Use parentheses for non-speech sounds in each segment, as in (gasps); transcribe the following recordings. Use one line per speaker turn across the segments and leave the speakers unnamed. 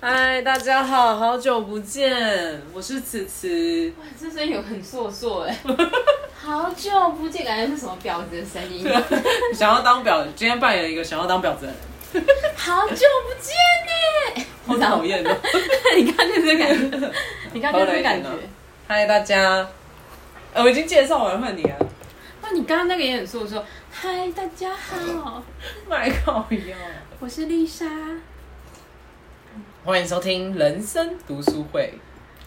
嗨，大家好，好久不见，我是慈
(laughs)
慈。
哇，这声音有很做作哎，好久不见，感觉是什么婊子的声音？
啊想要当婊，今天扮演一个想要当婊子的人，
好久不见呢！
好讨厌哦。
(laughs) 你看就是这感 (laughs) 觉，你看就是这感觉
好累呢。嗨，大家，呃，我已经介绍完换你啊，
Oh 哇，你刚刚那个也很做作。嗨，大家好，
麦靠腰。
我是丽莎，
欢迎收听人生读书会，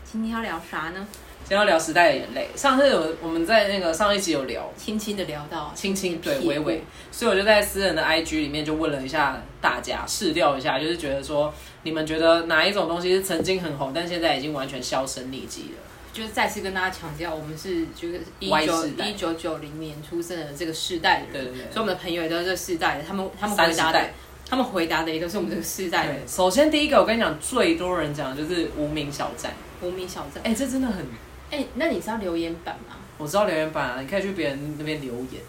今天要聊啥呢？
今天要聊时代的眼泪。上次有我们在那个上一集有聊
轻轻的聊到，
青青对
屁股
微微，所以我就在私人的 IG 里面就问了一下大家，试调一下，就是觉得说你们觉得哪一种东西是曾经很红，但现在已经完全销声匿迹了？
就是再次跟大家强调，我们是就是一
Y
九
世代
一九九零年出生的这个世代的
对
人，
对对
所以我们的朋友也都是这个世代的，他们他们
三
回
十
答的
代，
他们回答的也都是我们这个世代的
对，首先第一个我跟你讲，最多人讲的就是无名小站，
无名小站。
哎、这真的很，
哎、那你知道留言板吗？
我知道留言板啊，你可以去别人那边留言，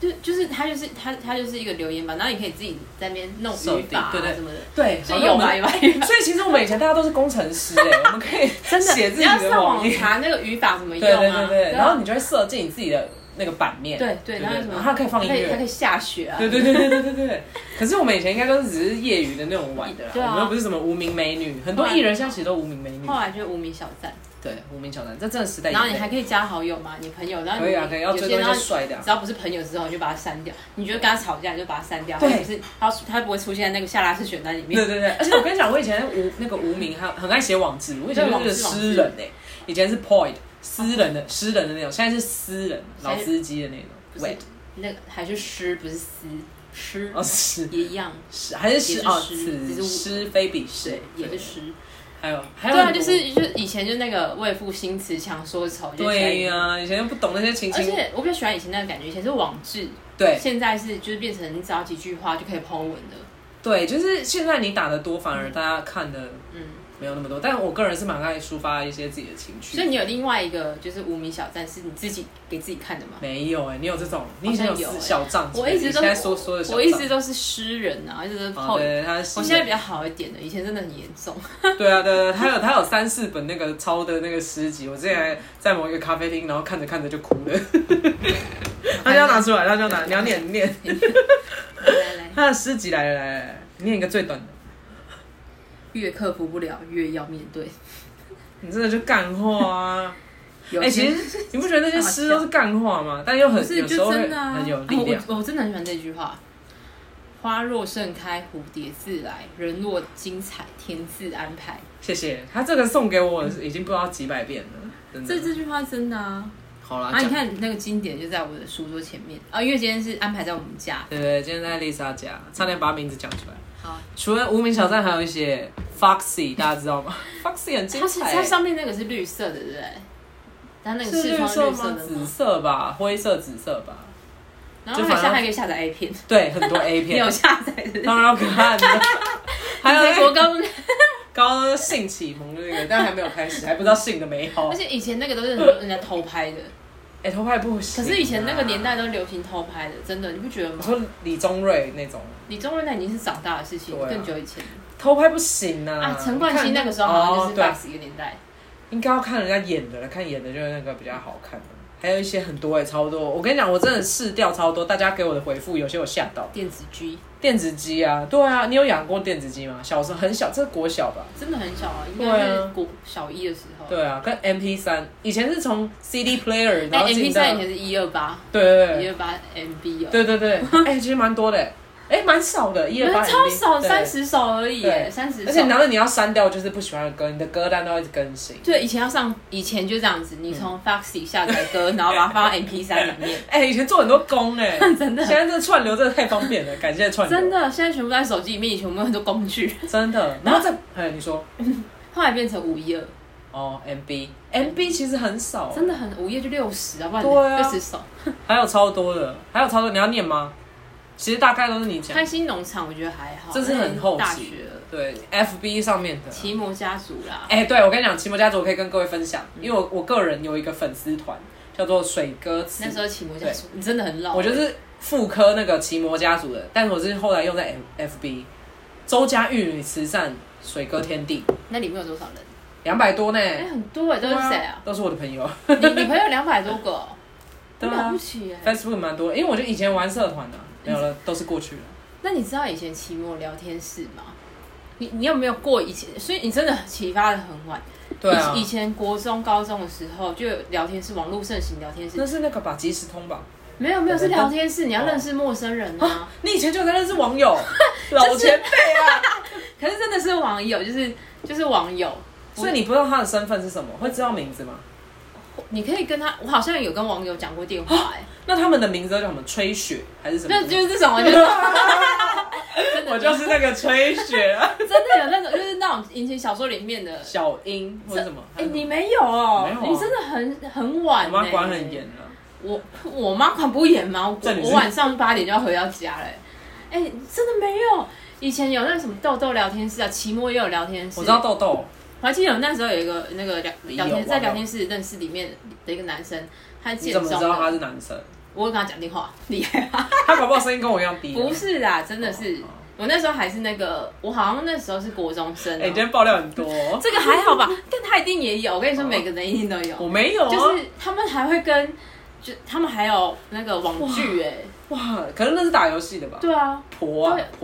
就就是它就是它它就是一个留言板，然后你可以自己在那边弄
设
语
定
法啊
对对
什么的。
对，
所以
好像
有
我们
吧有吧有吧，
所以其实我们以前大家都是工程师哎、我们可以
真的
(laughs) 写自己
你要
的
上
网
网
页，
查那个语法怎么
对
用
对
啊？
对对，
啊
然后你就会设计你自己的那个版面，
对对，然后有什么？
然后它可以放音乐，
它可以下雪啊。
对对对对对对对。可是我们以前应该都是只是业余的那种玩的啦，
对啊
我们又不是什么无名美女，很多艺人现在其实都无名美女
后。来就是无名小站，
对，无名小站，这真的时代。
然后你还可以加好友嘛，你朋友，然后
可
你
以啊，可以要
有
追
些
踪
然
一些
后
帅的啊
只。要不是朋友之后，你就把它删掉。你觉得跟他吵架，你就把它删掉，
对
或者是他他不会出现在那个下拉式选单里面
对。对对，而且我跟你讲，我以前无那个无名，还很爱写网志，我以前就是诗人哎、以前是 poet，诗人的诗人的那种，现在是诗人老司机的那种
不是
wait，
那个还是诗，不是思诗
哦是
也一样，
是还是诗
也是
哦
诗
此
只是
诗非彼诗
对，，也是诗。
还有还有
对啊，
很
就
多
是就是以前就那个为赋新词强说愁，就
对
呀、
呀、以前不懂那些情
而
情，
且我比较喜欢以前那个感觉，以前是网志，
对
现在是就是变成你只要几句话就可以 Po 文的，
对，就是现在你打的多，反而大家看的
嗯，
没有那么多。但我个人是蛮爱抒发一些自己的情绪。
所以你有另外一个就是无名小站是你自己给自己看的吗？
没有哎、你有这种？你以前有
好像有欸
小账之类
我
的？
一直都
你现在说说的小账，
我我一直都是诗人啊，一直都是 Po
哦、对，他是
我现在比较好一点的，以前真的很严重。
对啊对啊，对啊他有他有三四本那个抄的那个诗集，我之前还在某一个咖啡厅，然后看着看着就哭了。 (laughs) 他就要拿出来，他就要拿，你要念念
来来来，
他的诗集来了来了来了，念一个最短的，
(laughs) 越克服不了，越要面对。
你真的就干话啊！
(laughs) 有
哎、
些
其实你不觉得那些诗都是干话吗？但又很
不是
有时
就
候
真
会
的啊，
很有
啊
力量。
我我真的很喜欢这句话：“花若盛开，蝴蝶自来；人若精彩，天自安排。
谢谢，他这个送给我已经不知道几百遍了，真的。
这这句话真的啊！
好啦，
啊，你
讲
看那个经典就在我的书桌前面啊，因为今天是安排在我们家。
对对，今天在丽莎家，差点把名字讲出来。
好，
除了无名小站，还有一些 Foxy，大家知道吗？Foxy 很精
它是
彩、
它上面那个是绿色的，对不对？它那个
是
视窗
绿色
绿色
吗？
的
紫
吗？
色吧，灰色、紫色吧。
然后
就
它
反
下
而
还可以下载 A 片，
对，
(laughs)
很多 A
你有
片，
下载的？
当然要看
(laughs)
的。 (laughs) 还有
美
那
国
个 (laughs)
高中，
高中性启蒙的那个，但还没有开始，还不知道性的美好
而。且以前那个都是人家偷拍的，
哎、头发也不行、
可是以前那个年，代都流行偷拍的，真的，你不觉得吗
你？说李宗瑞那种。
李宗瑞那已经是长大的事情，
对啊
更久以前
偷拍不行啊！
嗯啊。陈冠希那个时候好像就
哦
是
对
Box 一个年代，
应该要看人家演的了，看演的就是那个比较好看的。还有一些很多哎、超多！我跟你讲，我真的试掉超多，大家给我的回复有些我吓到。
电子 G
电子鸡啊，对啊，你有养过电子鸡吗？小时候很小，这是国小吧？
真的很小啊，应
对
该是
啊
国小一的时候。
对啊，跟 MP 三，以前是从 CD player 然
哎
后
，MP
进到，
三以前是一二八，
对对
一
对
二八 MB 哦，
对对对，
(laughs)
哎、其实蛮多的、欸，哎、蛮少的，一
没
二
有
八
超少，三，
对
十首而已耶，
对
三十
而且然
首。
后你要删掉就是不喜欢的歌，你的歌单都要一直更新。
对，以前要上，以前就这样子，你
嗯
从 Foxy 下载歌，然后把它
(laughs)
放到 MP 三里面。
哎、以前做很多工哎、
(laughs) 真的
现在这串流真的太方便了，感谢串流，
真的，现在全部在手机里面，以前我们有很多工具，
真的。然后再，哎，你说
后来变成五一二，
哦，MB MB 其实很少，
真的很五一就六十啊，不然
对啊
六十首。
还有超多的，还有超多，你要念吗？其实大概都是你讲
开，心农场我觉得还好，
这是很后
大
期
学了。
对，FB 上面的。
奇摩家族啦，
哎、对我跟你讲，奇摩家族我可以跟各位分享，因为我我个人有一个粉丝团叫做水歌词
那，时候奇摩家族，你真的很老。
我就是复刻那个奇摩家族的，但是我是后来用在 F FB，周家玉女慈善水歌天地，
那里面有多少人？
两百多呢。
哎，很多哎，都是谁啊？
都是我的朋友。
你你朋友两百多个哦，
(laughs) 对
很了
啊
不起哎。
，Facebook 蛮多，因为我就以前玩社团的、啊没有了，都是过去了。
那你知道以前期末聊天室吗？你你有没有过以前？所以你真的启发的很晚。
对啊
以，以前国中、高中的时候就有聊天室，网络盛行聊天室
那。是那个吧，即时通吧。
没有没有，是
对
聊天室，你要
哦
认识陌生人啊。
你以前就在认识网
(laughs)
友，老前辈啊，
可是真的是网友，就是就是网友，
所以你不知道他的身份是什么，会知道名字吗？
你可以跟他，我好像有跟网友讲过电话哎、
那他们的名字都叫什么？吹雪还是什么？
那就是这种，我就是真
(laughs)
的
我就是那个吹雪啊，
真的有那种，就是那种以前 (laughs) 小说里面的。
小英或者什么？
哎、你没有哦、
没有啊
你真的很很晚、
我
欸，
妈管很严。啊。
我我妈管不严吗？我
这里是
我晚上八点就要回到家了、哎、真的没有。以前有那什么豆豆聊天室啊，期末也有聊天室。
我知道豆豆，
我还记得我那时候有一个那个聊聊
网
天
友
在聊天室认识里面的一个男生，他
你
健
怎
中
么知道他
的，
是男生？
我有跟他讲电话，厉
(laughs)
害吧？
他搞不好声音跟我一样低。啊
不，是啦，真的是
哦哦，
我那时候还是那个，我好像那时候是国中生
哎、你
哦、
今天爆料很多哦、
这个还好吧？但他一定也有，我跟你说，
哦
每个人一定都有，
我没有啊。
就是他们还会跟，就他们还有那个网剧哎、
哇，可能那是打游戏的吧？
对啊，
婆啊
对 (laughs)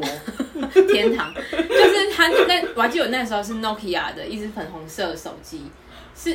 婆，
天堂，就是他那我还记得我那时候是 Nokia 的一只粉红色的手机，是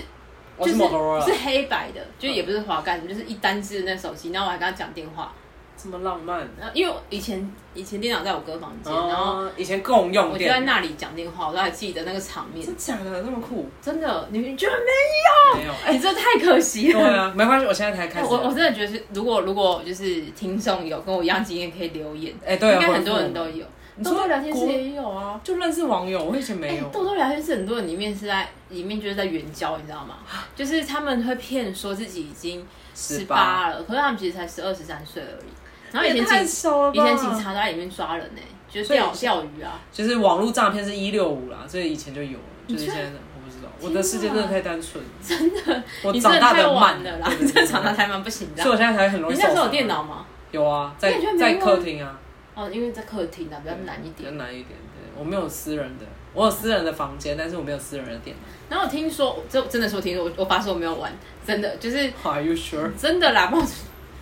我
就是是
Motorola，
是黑白的，就也不是滑盖，就是一单只的那手机。然后我还跟他讲电话，
这么浪漫。
然后因为我以前以前电脑在我哥房间，然后
哦，以前共用
我就
电脑
在，那里讲电话，我都还记得那个场面
真。假的那么酷？
真的，你们居然
(laughs)
没有？
没有，
哎、这太可惜
对
了。
啊，没关系，我现在才开
哎
始。
我我真的觉得是，如果如果就是听众有跟我一样经验，可以留言。
哎对啊
应该
回复
很多人都有。
你
豆
说
豆聊天室
国
也有啊。
就认识网友，我以前没
哎、
有。
豆豆聊天室很多人里面是在里面就是在援交，你知道吗？
啊
就是他们会骗说自己已经十八了，可是他们其实才十二十三岁而已。然后以
也
前
太
警
少了吧？
以前警察都在里面抓人呢、就是钓
所
钓鱼啊。
就是网络诈骗是一六五啦，所以以前就有了，就是现在我不知道。我的世界真的太单纯，真的，我
你真
长
的
大
太
得
晚
慢
了啦，
对
你
对
(laughs) 真
对
的长大太慢，不行的啊
所以。我现在才很容易
你
受伤。
那
啊
时候有电脑吗？
有啊，在
你也觉得没
在
用啊
客厅啊，
哦，因为在客厅啊，比较难一
比较
点。
难一点。对，我没有私人的，我有私人的房间，但是我没有私人的电脑。
然后我听说，这真的是我听说，我我发誓我没有玩，真的就是。
Are you sure？
真的啦，不然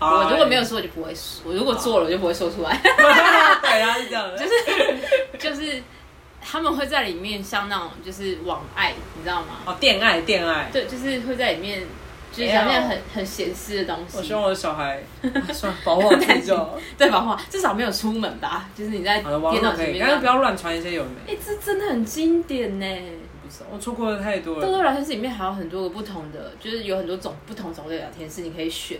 好
我
啦
我如果没有，说，我就不会说；我如果做了，我就不会说出来。
(laughs) 对啊，是这样的，就是
就是他们会在里面像那种就是网爱，你知道吗？
哦，恋爱，恋爱。
对，就是会在里面就是
哎呦
讲那种很很闲适的东
我希望
西。
我的小孩，啊算了，保护好自己就好。 (laughs)
对吧？话至少没有出门吧，就是你在
好的，网
电
络
脑
可
前
以，
面。
但是不
哎、
要乱传一些有的没的。
这真的很经典呢。
不知道，我错过的太多
豆
了。
豆聊天室里面还有很多个不同的，就是有很多种不同种类的聊天室，你可以选，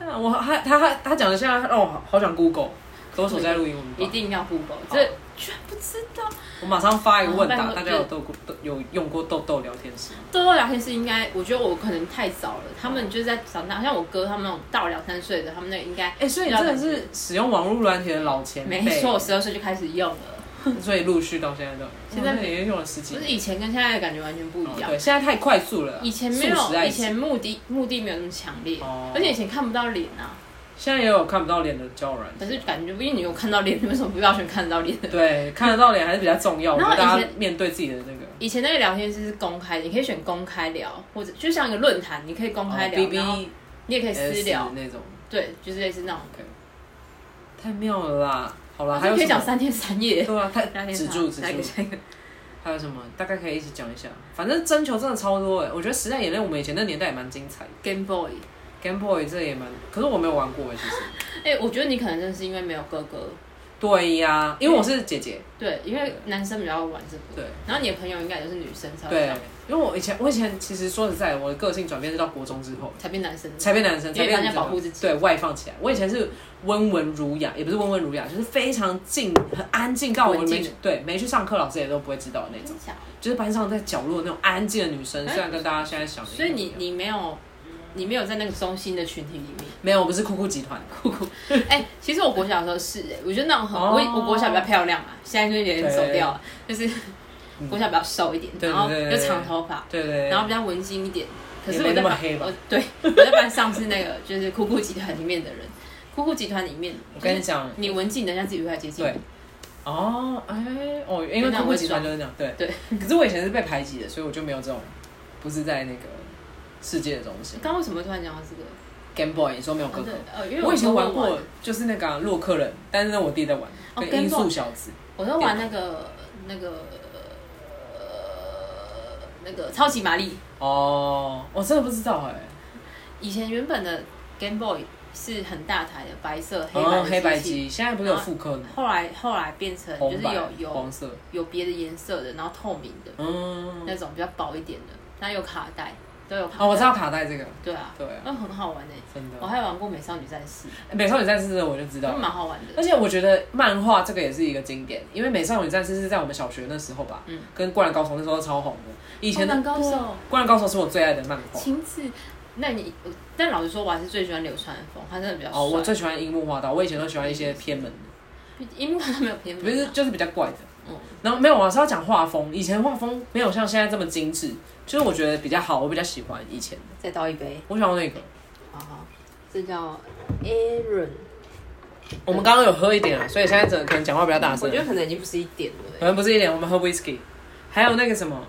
啊我他他他他讲的现在让我好好想 Google，可我手机在录音，我没办法
一定要 Google。这居然不知道。
我马上发一个问
好
答，
拜托
大家有豆过豆有用过豆豆聊天室吗？
豆豆聊天室应该，我觉得我可能太早了，他们就是在长大，像我哥他们那种到两三岁的，他们那个应该
哎、所以你真的是使用网络软体的老前辈，
没错，我十二岁就开始用了，
所以陆续到现在都，现在也用了十几
就是
年。
以前跟现在的感觉完全不
哦
一样。
对，现在太快速了啊，
以前没有
速食，爱
以
情
前目的目的没有那么强烈
哦，
而且以前看不到脸啊，
现在也有看不到脸的交友软
可
体，
是感觉因为你有看到脸，你为什么不要选看得到脸 (laughs) 的？
对，看得到脸还是比较重要。我
然
觉
后
得大
以
家
前
面对自己的那个
以前那个聊天室是公开的，你可以选公开聊，或者就像一个论坛，你可以公开
哦
聊，然后
BBS
你也可以私聊，
那种，
对，就是类似那种，
太妙了啦！好啊啦，还
你
有
可以
什
讲
么？
三天三夜，
对啊，
三
太
天
止
三
住止
来一个
住。
下一个。
还有什么？大概可以一起讲一下。反正征求真的超多哎、我觉得《时代眼泪》我们以前那年代也蛮精彩的
Game Boy，
，Game Boy 这也蛮，可是我没有玩过哎、其实。
哎、我觉得你可能真的是因为没有哥哥，
对呀、因为我是姐姐，
对，因为男生比较玩这个，
对
然后你的朋友应该也是女生才会
对
玩，
因为我以前我以前其实说实在，我的个性转变是到国中之后
才变男生，
才变男生，
因
才
为
变
大家
女生
保护自己
对外放起来。我以前是温文儒雅，也不是温文儒雅，就是非常静，很安静到我
文静
没去对没去上课，老师也都不会知道的那种，
假的
就是班上在角落那种安静的女生。
哎
虽然跟大家现在想的一
所
模一
以
样，
你你没有你没有在那个中心的群体里面。
没有，我不是酷酷集团，酷 (laughs) 酷
哎、其实我国小的时候是哎、我觉得那种很、
哦
我我国小比较漂亮啊，现在就有点走掉了，就是国小比较瘦一点，
对
然后
对对
又
对
长头发，
对嗯对对，
然后比较文静一点。可是
也
我
没
在
那么
班
黑吧
我对我在班上是那个就是酷酷集团里面的人，酷酷集团里面，
我跟你讲，
你文静，人家自己会来接近你
对。哦，哎、哦，因为
那
恐怖
会
集团
爽
就是这样，对
对。
可是我以前是被排挤的，所以我就没有这种，不是在那个世界的中心
你。刚刚为什么突然讲到这个？
Game Boy，你说没有哥
哦，
哥
对？，呃，因为
我以前
都会
玩过，就是那个啊洛克人，但是呢，我弟在玩，
哦
跟
Game
音
Boy
速小子。
我都玩那个那个、呃、那个超级玛丽。
哦，我真的不知道哎、
以前原本的 Game Boy 是很大台的，白色黑白
哦
的，
黑白
机器。
机，现在不是有复刻的吗？
后来后来变成就
红
是
白
有有
黄色，
有别的颜色的，然后透明的、
嗯，
那种比较薄一点的，那有卡带，都有卡带。
哦，我知道卡带这个，
对啊，
对啊
那很好玩诶、
真
我
的。
哦
哎
还有玩过美少女战士，
美少女战士的我就知道嗯
都
了，
蛮好玩的
而。且我觉得漫画这个也是一个经典，因为《美少女战士》是在我们小学那时候吧，
嗯
跟《灌篮高手》那时候超红的。以前的
灌篮高手
对啊灌篮高手》是我最爱的漫画。
晴子，那你我但老实说，我还是最喜欢流川枫，他真的比较帅。
哦，我最喜欢樱木花道，我以前都喜欢一些偏门的，
樱木他没有偏
不是
门、啊，
就是比较怪的。
嗯
然后没有，我是要讲画风，以前画风没有像现在这么精致，就是我觉得比较好，我比较喜欢以前的，
再倒一杯，
我喜欢那个。
好好，这叫 Aaron，
我们刚刚有喝一点啊，所以现在整个可能讲话比较大声。
可能已经不是一点了、
我
欸
们不是一点，我们喝 whisky，还有那个什么，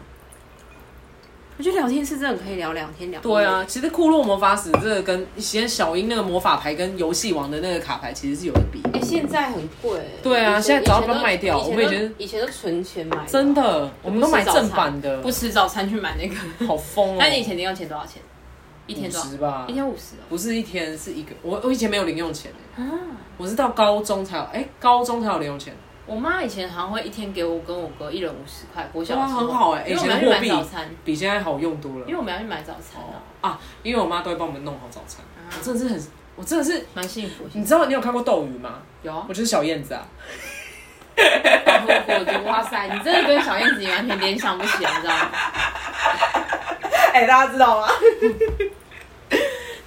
我觉得聊天是真的可以聊两天两夜
对，啊，其实库洛魔法使这个跟以前小樱那个魔法牌跟游戏王的那个卡牌其实是有的比，
哎、现在很贵、欸。
对啊
以前
现在早上
以前都
都卖掉
以前
我们以
都
前
以前都存钱买。
真，的，我们都买正版的，
不吃早餐去买那个。
好疯哦。
那你以前零用钱多少钱？一天多少？
十啊吧
一，天五十哦。
不是一天是一个，我我以前没有零用钱欸
啊，
我是到高中才有，哎，高中才有零用钱，
我妈以前好像会一天给我跟我哥一人五十块，国小
哇
的时候
很好欸
因为我
以
们
前
要去买
货币
早餐，
比现在好用多了
因为。我们要去买早餐
哦
啊，
啊，因为我妈都会帮我们弄好早餐，
啊
我真的是很，我真的是，
蛮幸福的。
哦你知道你有看过斗鱼吗？
有啊
我，就是小燕子啊。
我的哇塞，你真的跟小燕子完全联想不起来，你知道吗？
哎、大家知道吗？ (laughs)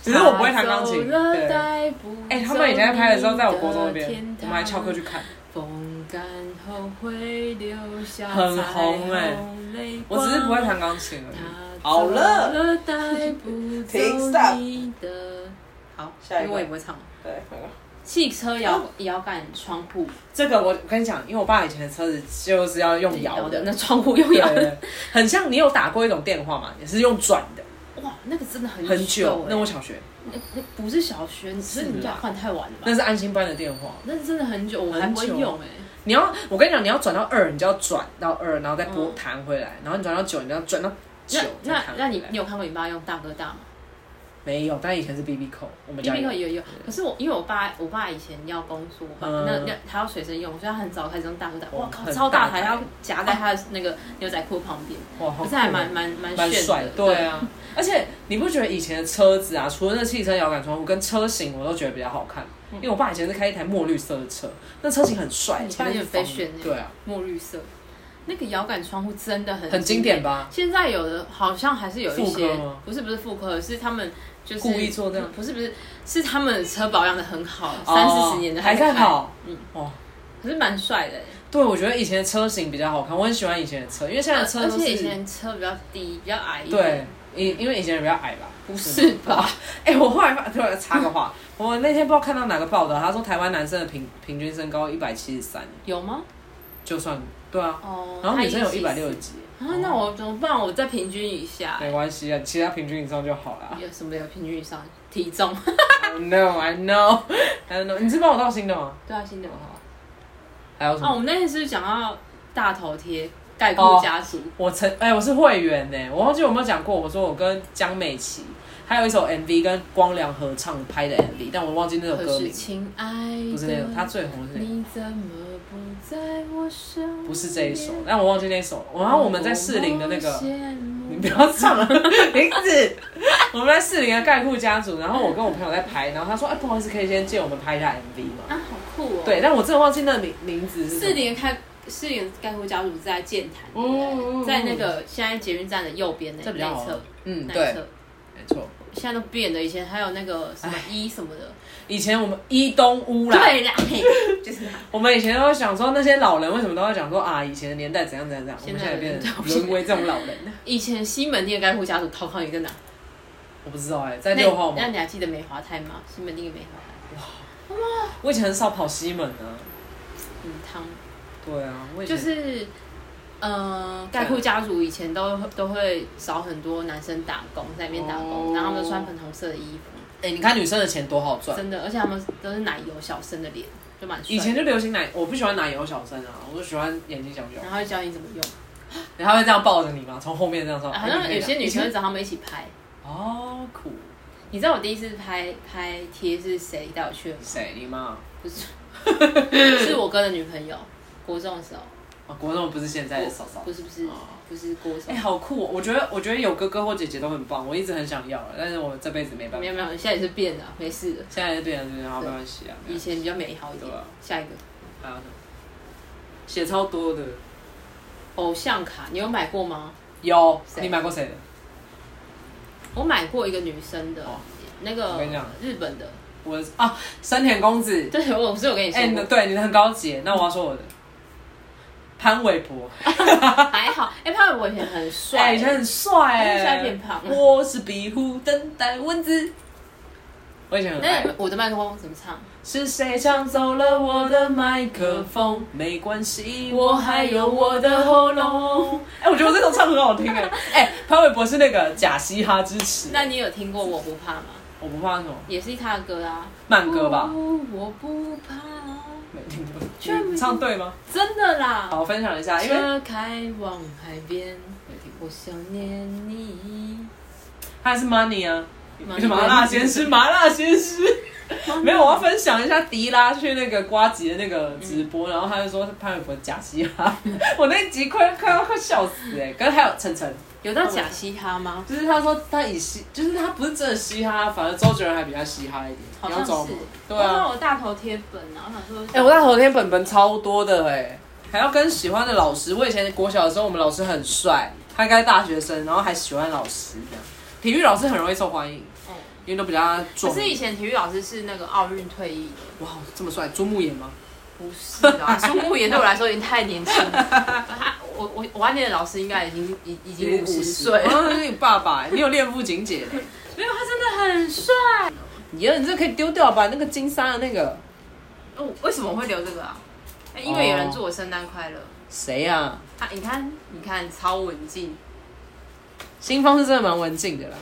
只是我不会弹钢
(laughs)
琴。对，哎、
哎
他们以前在拍的时候，在我国中那边，我们还翘课去。看。
风干后会留下
很红哎
彩虹泪
我
光
只是不会弹钢琴而已。
他
好了
走了，带不
Please
走
stop
你的。好，
下
因
一个
为我也不会唱。
对，
汽车摇
哦
摇杆窗户
这个我跟你讲，因为我爸以前的车子就是要用摇的，
那窗户又摇的，
对 (laughs) 很像你有打过一种电话嘛，也是用转的，
哇，那个真的很
很久。
欸
那我小学，
那那不是小学，你是
是啊
你们家换太晚了吧？
那是安心班的电话。
那真的很久，我还不会
很久
用哎、
你要，我跟你讲，你要转到二，你就要转到二，然后再拨
嗯
弹回来，然后你转到九，你就要转到九。
那
再弹
那
回
那
来
你你有看过你爸用大哥大吗
没有？但以前是 B B 扣，我们
？B
家
B
有
扣有有，可是我因为我爸我爸以前要工作，我爸
嗯
那那他要随身用，所以他很早开始用大哥大，
哇
哇靠，
很
超大
大
台，
台
他要夹在他的那个牛仔裤旁边，
哇，好
可
酷
是还
哦
蛮蛮蛮
蛮
炫
帅
的
的，，对啊。而且你不觉得以前的车子啊，除了那汽车摇杆窗户跟车型，我都觉得比较好看。
嗯
因为我爸以前是开一台墨绿色的车，那车型很帅，
你
前
爸
面
有
是
嗯被
方
炫那
对啊，
墨绿色，那个摇杆窗户真的很
很经典吧？
现在有的好像还是有一些
复刻吗，
不是不是复刻，是他们就是
故意做这样
不是不是，是他们车保养的很好，
哦
三四十年的
还
在
在
开，
跑，
嗯
嗯，哇。
可是蛮帅的欸。
对，我觉得以前的车型比较好看，我很喜欢以前的车，因为现在的车
而
都
且以
是
前车比较低，比较矮一
对
点。，
因因为以前人比较矮吧，
不是吧？
(laughs) 哎、我后来发突然插个话，我那天不知道看到哪个报道，他说台湾男生的平平均身高一百七十三，
有吗？
就算对啊，
哦，
然后女生有
他
一
170
百六十几，
啊，那我怎么办？我再平均一下欸。
没关系啊，其他平均以上就好了。 (laughs)
有什么有平均以上体重？
I know, I know, I know。你是帮我到新的吗？
对啊，新的。
还有什
啊，我
么？
们那天是不是讲到大头贴
哦
概括家族？
我曾哎、我是会员呢、我忘记有没有讲过，我说我跟江美琪还有一首 MV 跟光良合唱拍的 MV，但我忘记那首
可
歌
是，
名，
亲爱的，
不是那个，他最红的是那个。
你怎么不在我身边？
不是这一首，但我忘记那首。然后我们在士林的那个
我，羡慕
你不要唱了， (laughs) 林子。我们在士林的盖库家族，然后我跟我朋友在拍，然后他说：“哎、不好意思，可以先借我们拍一下 MV 吗
啊，好酷哦！？”，
对，但我真的忘记那名名字是什么。
四连开四连盖户家族在建潭，对不对
嗯嗯嗯
在那个现在捷运站的右边那
这比较
那
好
一侧
玩，。嗯，
那
对
一，侧
没错。
现在都变了，以前还有那个什么一什么的，
以前我们一东屋啦，
对啦，嘿
(laughs)
就是那
我们以前都会想说那些老人为什么都会讲说啊，以前的年代怎样怎样怎样，我
现
们
在
现在
的
变
年代
成沦为这种老人。
(laughs) 以前西门町的盖户家族逃康也在哪？
我不知道哎、在
那
六号吗
那？你还记得梅华泰吗？西门町的梅华泰，
我以前很少跑西门啊，
嗯，汤，
对啊，我以前
就是，呃，
啊
盖库家族以前都都会找很多男生打工，在那边打工，
哦
然后他们都穿粉红色的衣服，
哎、你看女生的钱多好赚，
真的，而且他们都是奶油小生的脸，就蛮帅
以
的。
前就流行奶，我不喜欢奶油小生啊，我就喜欢眼睛小小。
然后会教你怎么用，
然后他会这样抱着你嘛，从后面这样说。
好像有些女
哎你
生会
可以
找他们一起拍。
这样哦苦，
你知道我第一次拍拍贴是谁带我去的吗？
谁你妈？
不是，是我哥的女朋友，国中的时候。
啊，国中不是现在的嫂嫂。
不是不是
哦
不是国中
哎、。好酷、哦！我觉得，我觉得有哥哥或姐姐都很棒，我一直很想要，但是我这辈子没办法
没。有没有，你现在也是变的，没事的。
现在就变成这样，好没关系啊。没
以
关系
前比较美好一点
对啊。
下一个
还有什么？写超多的，
偶像卡，你有买过吗？
有
谁
你买过谁的？
我买过一个女生的
哦，
那
我
个
跟你讲
日本的，
我的啊，山田公子。
对我不是有跟你
哎、你
说
的
过，
对，你的很高级。那我要说我的，潘玮柏。
还好。哎，潘玮柏以
(laughs)
前很帅，
哎，以前很帅
但
哎，
是现在变胖了
我是壁虎，等待蚊子。我以前很爱
那。我的麦克风怎么唱？
是谁抢走了我的麦克风？没关系，我还有我的喉咙。哎，我觉得我这首唱很好听
(laughs)
哎。哎，潘玮柏是那个假嘻哈支持。
那你有听过我不怕吗？
我不怕那种
也是他的歌啊，
慢歌吧？
不我不怕，
没听过
居然没，
你唱对吗？
真的啦。
好，我分享一下，因为
车开往海边，我想念你。
他还是 Money 啊，
Money
你是麻辣鲜
(laughs)
师，麻辣鲜师。没有，我要分享一下迪拉去那个瓜吉的那个直
嗯
播，然后他就说潘玮柏假嘻哈， (laughs) 我那一集快快要快笑死哎、欸！可是还有晨晨，
有到假嘻哈吗？
就是他说他以嘻，就是他不是真的嘻哈，反而周杰伦还比较嘻哈一点。
好
你要
像
走
是哦
吗。对
我
啊
看，我大头贴本啊，我想说，
哎、我那头天本本超多的哎、还要跟喜欢的老师。我以前国小的时候，我们老师很帅，他应该大学生，然后还喜欢老师这样。体育老师很容易受欢迎，
嗯
因为都比较
可
壮。
是以前体育老师是那个奥运退役的，
哇，这么帅，朱木炎吗？
不是啊，苏木炎对我来说已经太年轻了。他我我我暗恋的老师应该已经已已经五十岁了，
啊，是你爸爸欸，你有恋父情节
(laughs)
嘞。
没有他真的很帅。
耶，你这可以丢掉吧？那个金沙的那个
哦，为什么我会留这个啊？哎因为有人祝我圣诞快乐。
谁呀、啊？
他你看你看超文静，
新方是真的蛮文静的啦。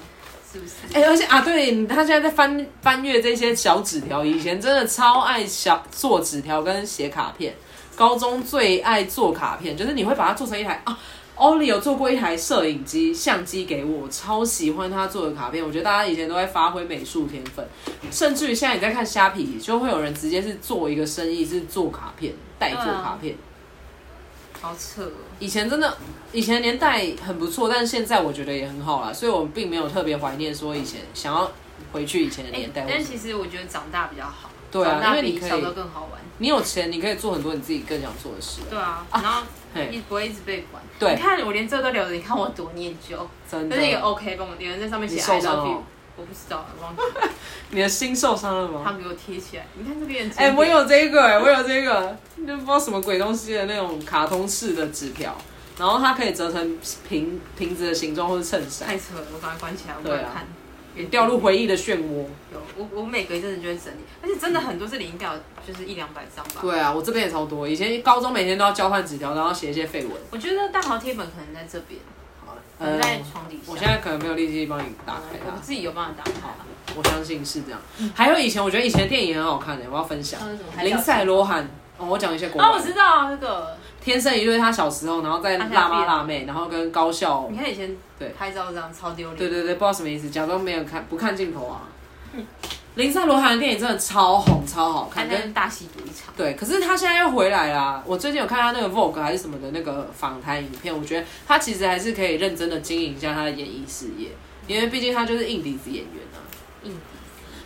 是不是？
哎、而且啊，对他现在在翻翻阅这些小纸条，以前真的超爱小做纸条跟写卡片，高中最爱做卡片，就是你会把它做成一台啊。欧里有做过一台摄影机、相机给我，我超喜欢他做的卡片。我觉得大家以前都在发挥美术天分，甚至于现在你在看虾皮，就会有人直接是做一个生意，是做卡片、代做卡片。
好扯哦。
以前真的，以前年代很不错，但是现在我觉得也很好啦，所以我并没有特别怀念说以前想要回去以前的
哎
年代。
但其实我觉得长大比较好，
对啊
长
因
大
为你
比
可以
小时候更好玩。
你有钱，你可以做很多你自己更想做的事。
对啊，然后一
嘿，
不会一直被管。
对
你看我连这都留着，你看我多念旧。
真
但是也
的。
OK 跟我有人在上面写
你受
I
伤
love
了哦
you，我不知道，忘记
你的心受伤了吗？
他给我贴起来。你看这边，
哎、我，有这个、哎，我有这个，就不知道什么鬼东西的那种卡通式的纸条，然后它可以折成瓶瓶子的形状或者衬衫
太，扯了，我赶快关起来，我不敢看。也
啊掉入回忆的漩涡。
有我，我每隔一阵子就会整理，而且真的很多这里应该有就是一两百张吧。
对啊，我这边也超多，以前高中每天都要交换纸条，然后写一些废文。
我觉得大豪贴本可能在这边，可能
呃，
在床底下。
我现在可能没有力气帮你打开
我
它。
自己有办法打开啊。
我相信是这样。还有以前，我觉得以前的电影很好看的、我要分享
像是什么海角
林赛罗韩。哦，我讲一些国外。
啊，我知道那个，
天生一对，他小时候，然后在
他现在
辣妈
变了
辣妹，然后跟高校
你，看以前
对
拍照这样超丢脸。
对对对，不知道什么意思，假装没有看，不看镜头啊。林赛罗韩的电影真的超红，超好
嗯还
看，
在那边
跟
大吸毒一场。
对，可是他现在又回来啦。我最近有看他那个 Vogue 还是什么的那个访谈影片，我觉得他其实还是可以认真的经营一下他的演艺事业，因为毕竟他就是硬底子演员啊。
硬底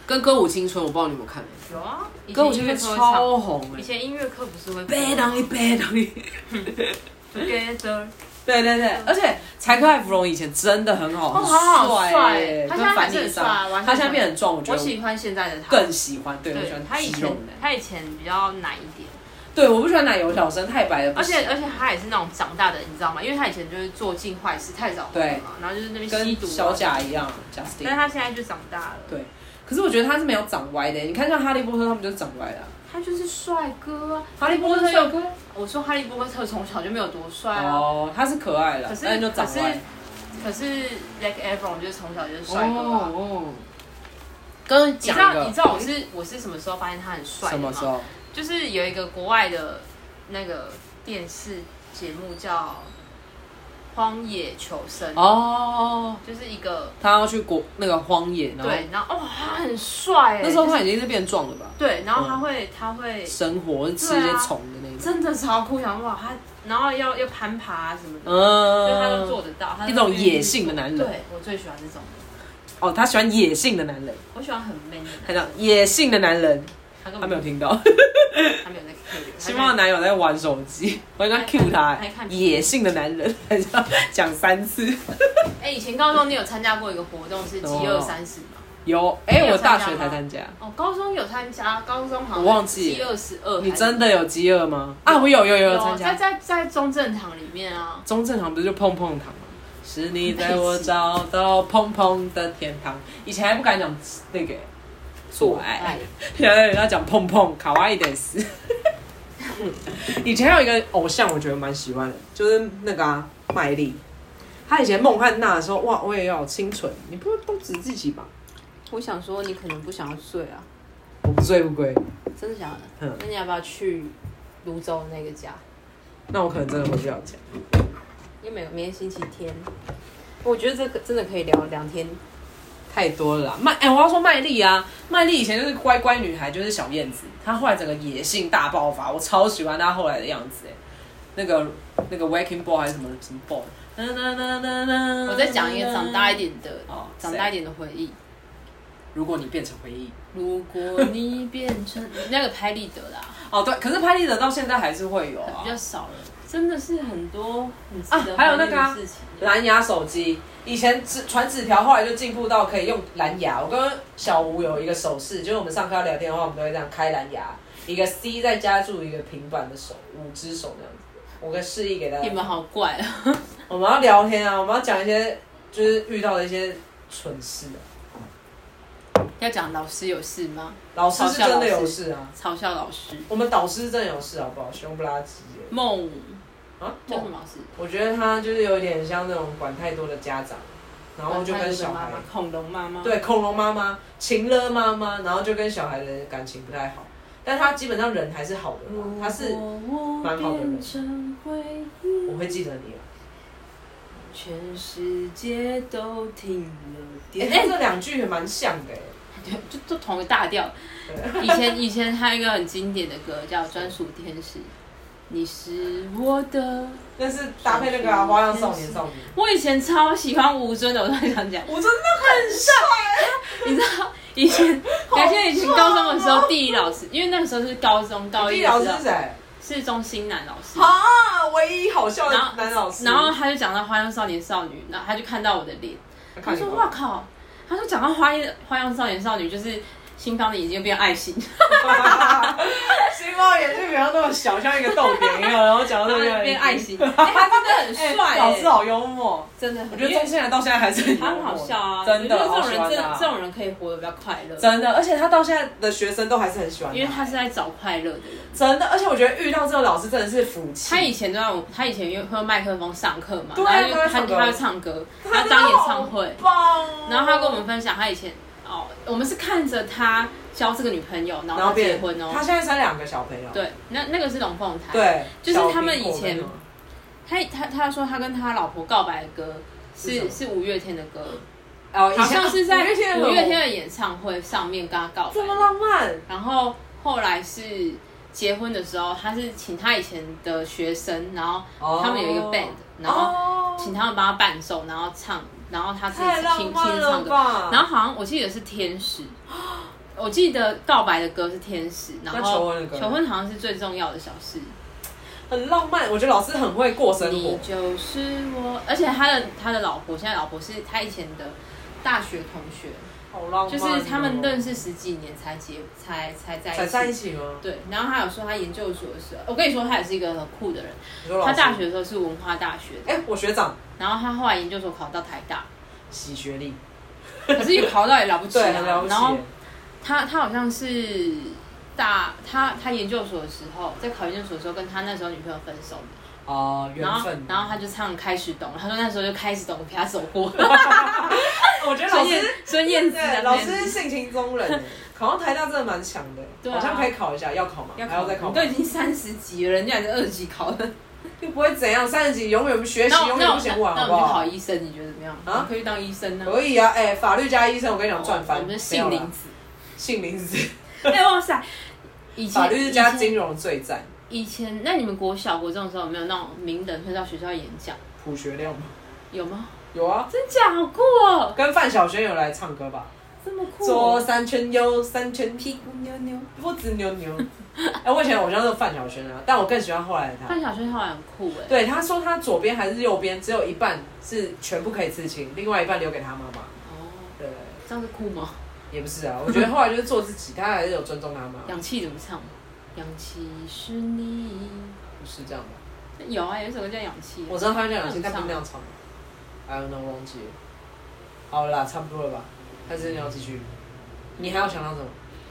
跟《歌舞青春》，我不知道你有没有看、欸，
有啊，
《
以
歌
前
舞
音
青
乐
春
课》会唱。
超红哎、欸。
以前音乐课不是会
背当一背当一，
together
对对对，而且柴克艾芙蓉以前真的很好，
哦好好
很
帅
欸
他
跟
现在还
凡
是
妮
很帅
莎
我还，
他
是
现在
很
变很壮，我觉
我
得
喜欢现在的他，
更喜欢，对我喜
对他
欢
以
肌肉
前
男，
他以前比较奶一点，
对我不喜欢奶油小生，太白了，不
而且
行
而且他也是那种长大的，你知道吗？因为他以前就是做尽坏事，太早婚了嘛，然后就是那边吸
跟
毒啊，
小贾一样
但是
，Justin。
他现在就长大了，
对可是我觉得他是没有长歪的欸，你看像哈利波特他们就是长歪的啊，
他就是帅哥啊，
哈利波特有
哥。我说哈利波特从小就没有多帅啊，
哦，他是可爱了
可，是
但就长
可是
歪。
可是 Zac Efron 就是从小就是帅哥啊。
哦
跟你知
讲一个
道你知道我是我是什么时候发现他很帅
哦，
的
什
吗？
么时候？
就是有一个国外的那个电视节目叫《荒野求生》，
哦，
就是一个
他要去国那个荒野，然后
对，然后哦，他很帅哎，
那时候
就是
他嗯已经是变壮了吧？
对，然后他会他会
生活是吃一些虫的那种，
真的超酷，想哇他，然后要要攀爬啊什么的，所以他都做
嗯，
得到，他都
一种
愿意
野性的男人
做对我最喜欢这种的，
哦，他喜欢野性的男人，
我喜欢很 man 的
他
男
讲
人，
野性的男人，
他根
他
本
没有听到，
他没有在 care，他
希望男友在玩手
(laughs)
机，我应该 cue 他，
还看
哎野性的男人，还是要讲三
(laughs)
次，
哎，以前高中你有参加过一个活动是
哦
饥饿三十吗？
有，哎，
你有
我大
参加
学才
吗
参加，
哦，高中有参加，高中好像
我忘记
饥饿十二，
你真的有饥饿吗？啊，我有有有有参加
在，在在中正堂里面啊，
中正堂不是就碰碰
(laughs)
糖吗？是你带我找到碰碰的天堂。以前还不敢讲那个做
哎
爱， (laughs) 现在人家讲碰碰，卡哇伊的斯。以前还有一个偶像，我觉得蛮喜欢的，就是那个啊，麦莉。她以前孟汉娜的时候，哇，我也要清纯。你不是都指自己吧？
我想说，你可能不想要睡啊，
我不醉不归，
真的假
嗯
的？那你要不要去泸州那个家？
那我可能真的回不了家。
因为每明天星期天，我觉得这个真的可以聊两天。
太多了啦麦哎、我要说麦莉啊，麦莉以前就是乖乖女孩，就是小燕子，她后来整个野性大爆发，我超喜欢她后来的样子哎、那个那个 Waking Ball 还是什么什么 Ball，
嗯我再讲一个长大一
点。
点
嗯
的
哦，
长大一点的回忆。
如果你变成回忆，
如果你变成那个拍立得
(laughs)
啦，
哦对，可是拍立得到现在还是会有啊
比，较少了，真的是很多很值得
啊还有那
怀念
个啊
的事情
蓝牙手机。以前只传纸条，后来就进步到可以用蓝牙。我跟小吴有一个手势，就是我们上课要聊天的话，我们都会这样开蓝牙，一个
嗯
C 再加注一个平板的手，五只手那样子。我跟示意给大家
你，们好怪啊！
我们要聊天啊，我们要讲一些就是遇到的一些蠢事、啊。
要讲老师有事吗？
老师是真的有事啊，
嘲笑老师，
我们导师真的有事好不好？凶不拉几的
梦
啊！
叫什么老师？
我觉得他就是有点像那种管太多的家长，然后就跟小孩
妈妈，恐龙妈妈。，
对，恐龙妈妈、情勒妈妈，然后就跟小孩的感情不太好，但他基本上人还是好的啦，
哦
他是蛮好的人我会记得你啊。
全世界都停了
哎、
电。
他这两句也蛮像的、欸，
就就同一个大调。以前以前还有一个很经典的歌叫《专属天使》，你是我的。
但是搭配那个、啊《花样少年少女
我以前超喜欢吴尊的，我都很想讲》，。
我真的很帅、
你知道以前，感觉以前高中的时候，地理老师，因为那个时候是高中高
地
一
理
的时
老师
候
是谁？
是中心男老师。
啊，唯一好笑的
然后
男老师。
然后他就讲到《花样少年少女》，然后他就看到我的脸，
看
他
你
说：“
吗
哇，靠！”他说：“讲到花样花样少年少女，就是新方的眼睛变爱心。”
(laughs) 星光眼镜不要那么小，像一个豆点一样，然后讲到
然
这
后 (laughs)
边
变爱心，哎、他真的很
(laughs)
帅、欸
哎老师好幽默，
真的很，
我觉得中心人到现在还是很幽
他很
默
好笑啊，
真的，
我
好
觉得
喜
这种
欢
人真
他
这种人可以活得比较快乐，
真的，而且他到现在的学生都还是很喜欢，
因为他是在找快乐的人。
真的，而且我觉得遇到这个老师真的是福气，
他以前都让我，他以前用用麦克风上课嘛，
对啊
然后就
他会
他
唱歌
他会唱歌，他当演唱会，
棒哦，
然后他跟我们分享他以前哦，我们是看着他交这个女朋友，然
然
后
后
他结
变
婚哦
他，现在生两个小朋友，
对，那那个是龙凤胎，，
对，
就是他们以
小苹
前
果
他他他说他跟他老婆告白的歌
是什
是
么
是五月天的歌，
那个哦，以
好
前
像是在
五月天，哦
五月天，的演唱会上面跟他告白，
这么浪漫，
然后后来是结婚的时候，他是请他以前的学生，然后
哦
他们有一个 band，、然后
哦
请他们帮他伴奏，然后唱，然后他自己
太浪
亲亲
漫
自
了
唱歌，
吧，
然后好像我记得是
(gasps)
天使。我记得告白的歌是《天使》，然
那求
后
婚的歌呢
求婚好像是最重要的小事。
很浪漫，我觉得老师很会过生
你
活，
就是我，而且他的他的老婆，现在老婆是他以前的大学同学，
好浪漫哦，
就是他们认识十几年才结才才在一起，
才在一起吗？
对，然后他有说他研究所的时候，我跟你说他也是一个很酷的人。
你说老
他
师
大学的时候是文化大学的，
哎、我学长
然后他后来研究所考到台大，
洗学历，
可是也考到也了不起
(laughs) 对，
啊。
很了不起
然后他他好像是大他他研究所的时候，在考研究所的时候跟他那时候女朋友分手的，
哦，缘
然后
分。
然后他就唱《开始懂》，他说那时候就开始懂，陪他走过。
(laughs) 我觉得老师
孙 (laughs) 燕孙燕姿
对
的
老师性情中
(laughs)
人，考上台大真的蛮强的，
对啊
好像可以考一下，要考吗？还要再考吗
你都？已经三十级了，人家还是二级考
(laughs)
的。
又不会怎样，三十级永远不学习，
那
永
那
远
我
不嫌晚，
那
好
我
不
们去
好
考？医生，你觉得怎么样？
啊
我可以当医生呢。
可以啊，哎，法律加医生，我跟你讲赚翻，
我们是
没有啦
杏林子。
杏林子，
哎，哇塞！以前
法律加
以前
金融最赞，
以前，那你们国小国中的时候有没有那种名人会到学校演讲？
普学料吗？
有吗？
有啊，
真假好酷哦，
跟范晓萱有来唱歌吧？
这么酷、
左
哦。
三圈，右三圈，屁
股妞妞。
不子扭扭。 (laughs) 哎，我以前偶像是范晓萱啊，但我更喜欢后来的她。
范晓萱好像很酷哎。
对，他说他左边还是右边，只有一半是全部可以刺青，另外一半留给他妈妈。
哦，
对，
这样是酷吗？
也不是啊，我觉得后来就是做自己，他还是有尊重他妈，
氧气怎么唱？氧气是你。
不是这样吧？
有啊，有一首歌叫《氧气》。
我知道他那样唱，但不是那样唱。I don't know，忘记了。好了啦，差不多了吧？但是你要继续，你还要想到什么？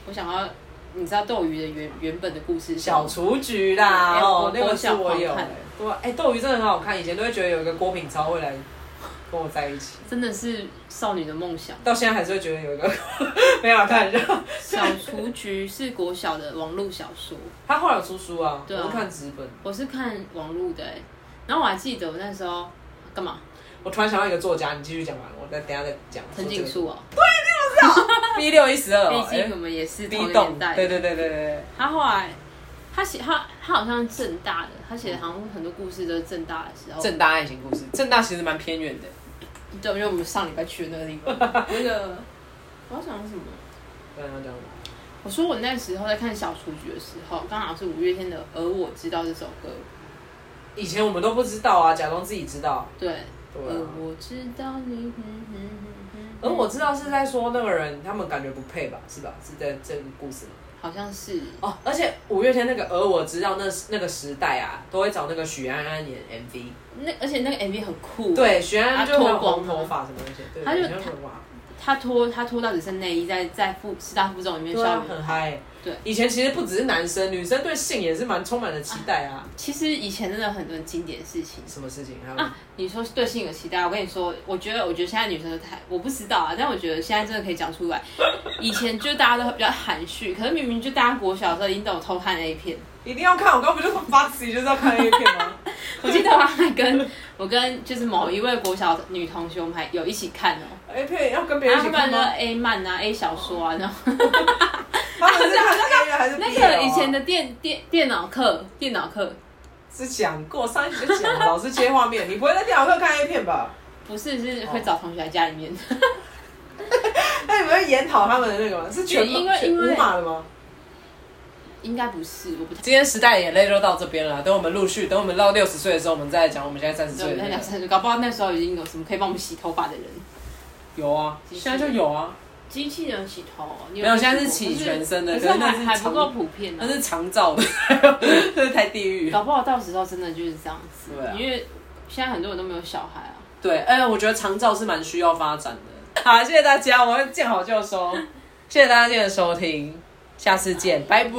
我想要，你知道斗鱼的原原本的故事是什
小
么
雏菊啦，
哎
哦
我，
那个是我
我
有、
想看
欸。对啊，哎、斗鱼真的很好看，以前都会觉得有一个郭品超会来跟我在一起，
真的是少女的梦想。
到现在还是会觉得有一个没有看一下。
小雏菊是国小的网络小说，
他后来有出书啊，
对啊
我都看纸本。
我是看网络的、欸。然后我还记得我那时候干嘛？
我突然想到一个作家，你继续讲完，我再等一下再讲。
藤井树啊，
B 六一十二
毕竟我们也是同
，B
一个
栋
年，代。
对对对对对，
他后来他写他他好像正大的，他写的好像很多故事都是正大的时候。
正大爱情故事，正大其实蛮偏远的，
对，因为我们上礼拜去的那个地方，那个我要讲什么？
对啊这样。
我说我那时候在看小雏菊的时候，刚好是五月天的《而我知道》这首歌。
以前我们都不知道啊，假装自己知道。
对，
对啊。
而哦我知道你。嗯嗯嗯嗯
而我知道是在说那个人，他们感觉不配吧，是吧？是在这个故事吗？
好像是
哦，而且五月天那个《而我知道》那那个时代啊，都会找那个许安安演 MV。
那，而且那个 MV 很酷。，
对，许安安就会有
他脱光
红头发什么东西，对，
他就
很像头发。
他脱他脱到只剩内衣，在在附师大附中里面
对
校
啊，
园。
很嗨。
对
以前其实不只是男生，女生对性也是蛮充满了期待啊。
其实以前真的很多经典事情。
什么事情？还有、
啊，你说对性有期待，我跟你说，我觉得，我觉得现在女生都太，我不知道啊，但我觉得现在真的可以讲 (laughs) 出来。以前就大家都比较含蓄，可是明明就大家国小的时候已经都有偷看 A 片。
一定要看，我刚不就发自己就是要看 A 片
(laughs)
吗？
我记得我还 (laughs) 跟我跟就是某一位国小女同学，我们还有一起看哦、
A 片要跟别人
然
一
后
起
不
看
然就
吗？
A 漫啊、A 小说啊，然后
他们
(laughs)
是看 A 还是 B
那
啊
个以前的电电电脑课，电脑课
是讲过，上一集就讲了，老师切画面，你不会在电脑课看 A 片吧？
不是是会找同学来家里面，
那你们会研讨他们的那个吗？是全
因为
全
因为
无码的吗？
(laughs) 应该不是，我不太。
今天时代眼泪就到这边了，等我们陆续，等我们到六十岁的时候，我们再讲我们现在三十
对，我
岁
们
的
在
那
讲
个。
三十，搞不好那时候已经有什么可以帮我们洗头发的人，
有啊，现在就有啊，
机器人洗头，哦没
没有现在是洗全身的
可是
可是那
还
是
还
长
不够普遍呢、啊
那是长照的， (laughs) 这太地狱。
搞不嗯好到时候真的就是这样子，
对啊
因为现在很多人都没有小孩啊。
对，哎、我觉得长照是蛮需要发展的。好，谢谢大家，我们见好就收，谢谢大家今天的收听，下次见，拜拜。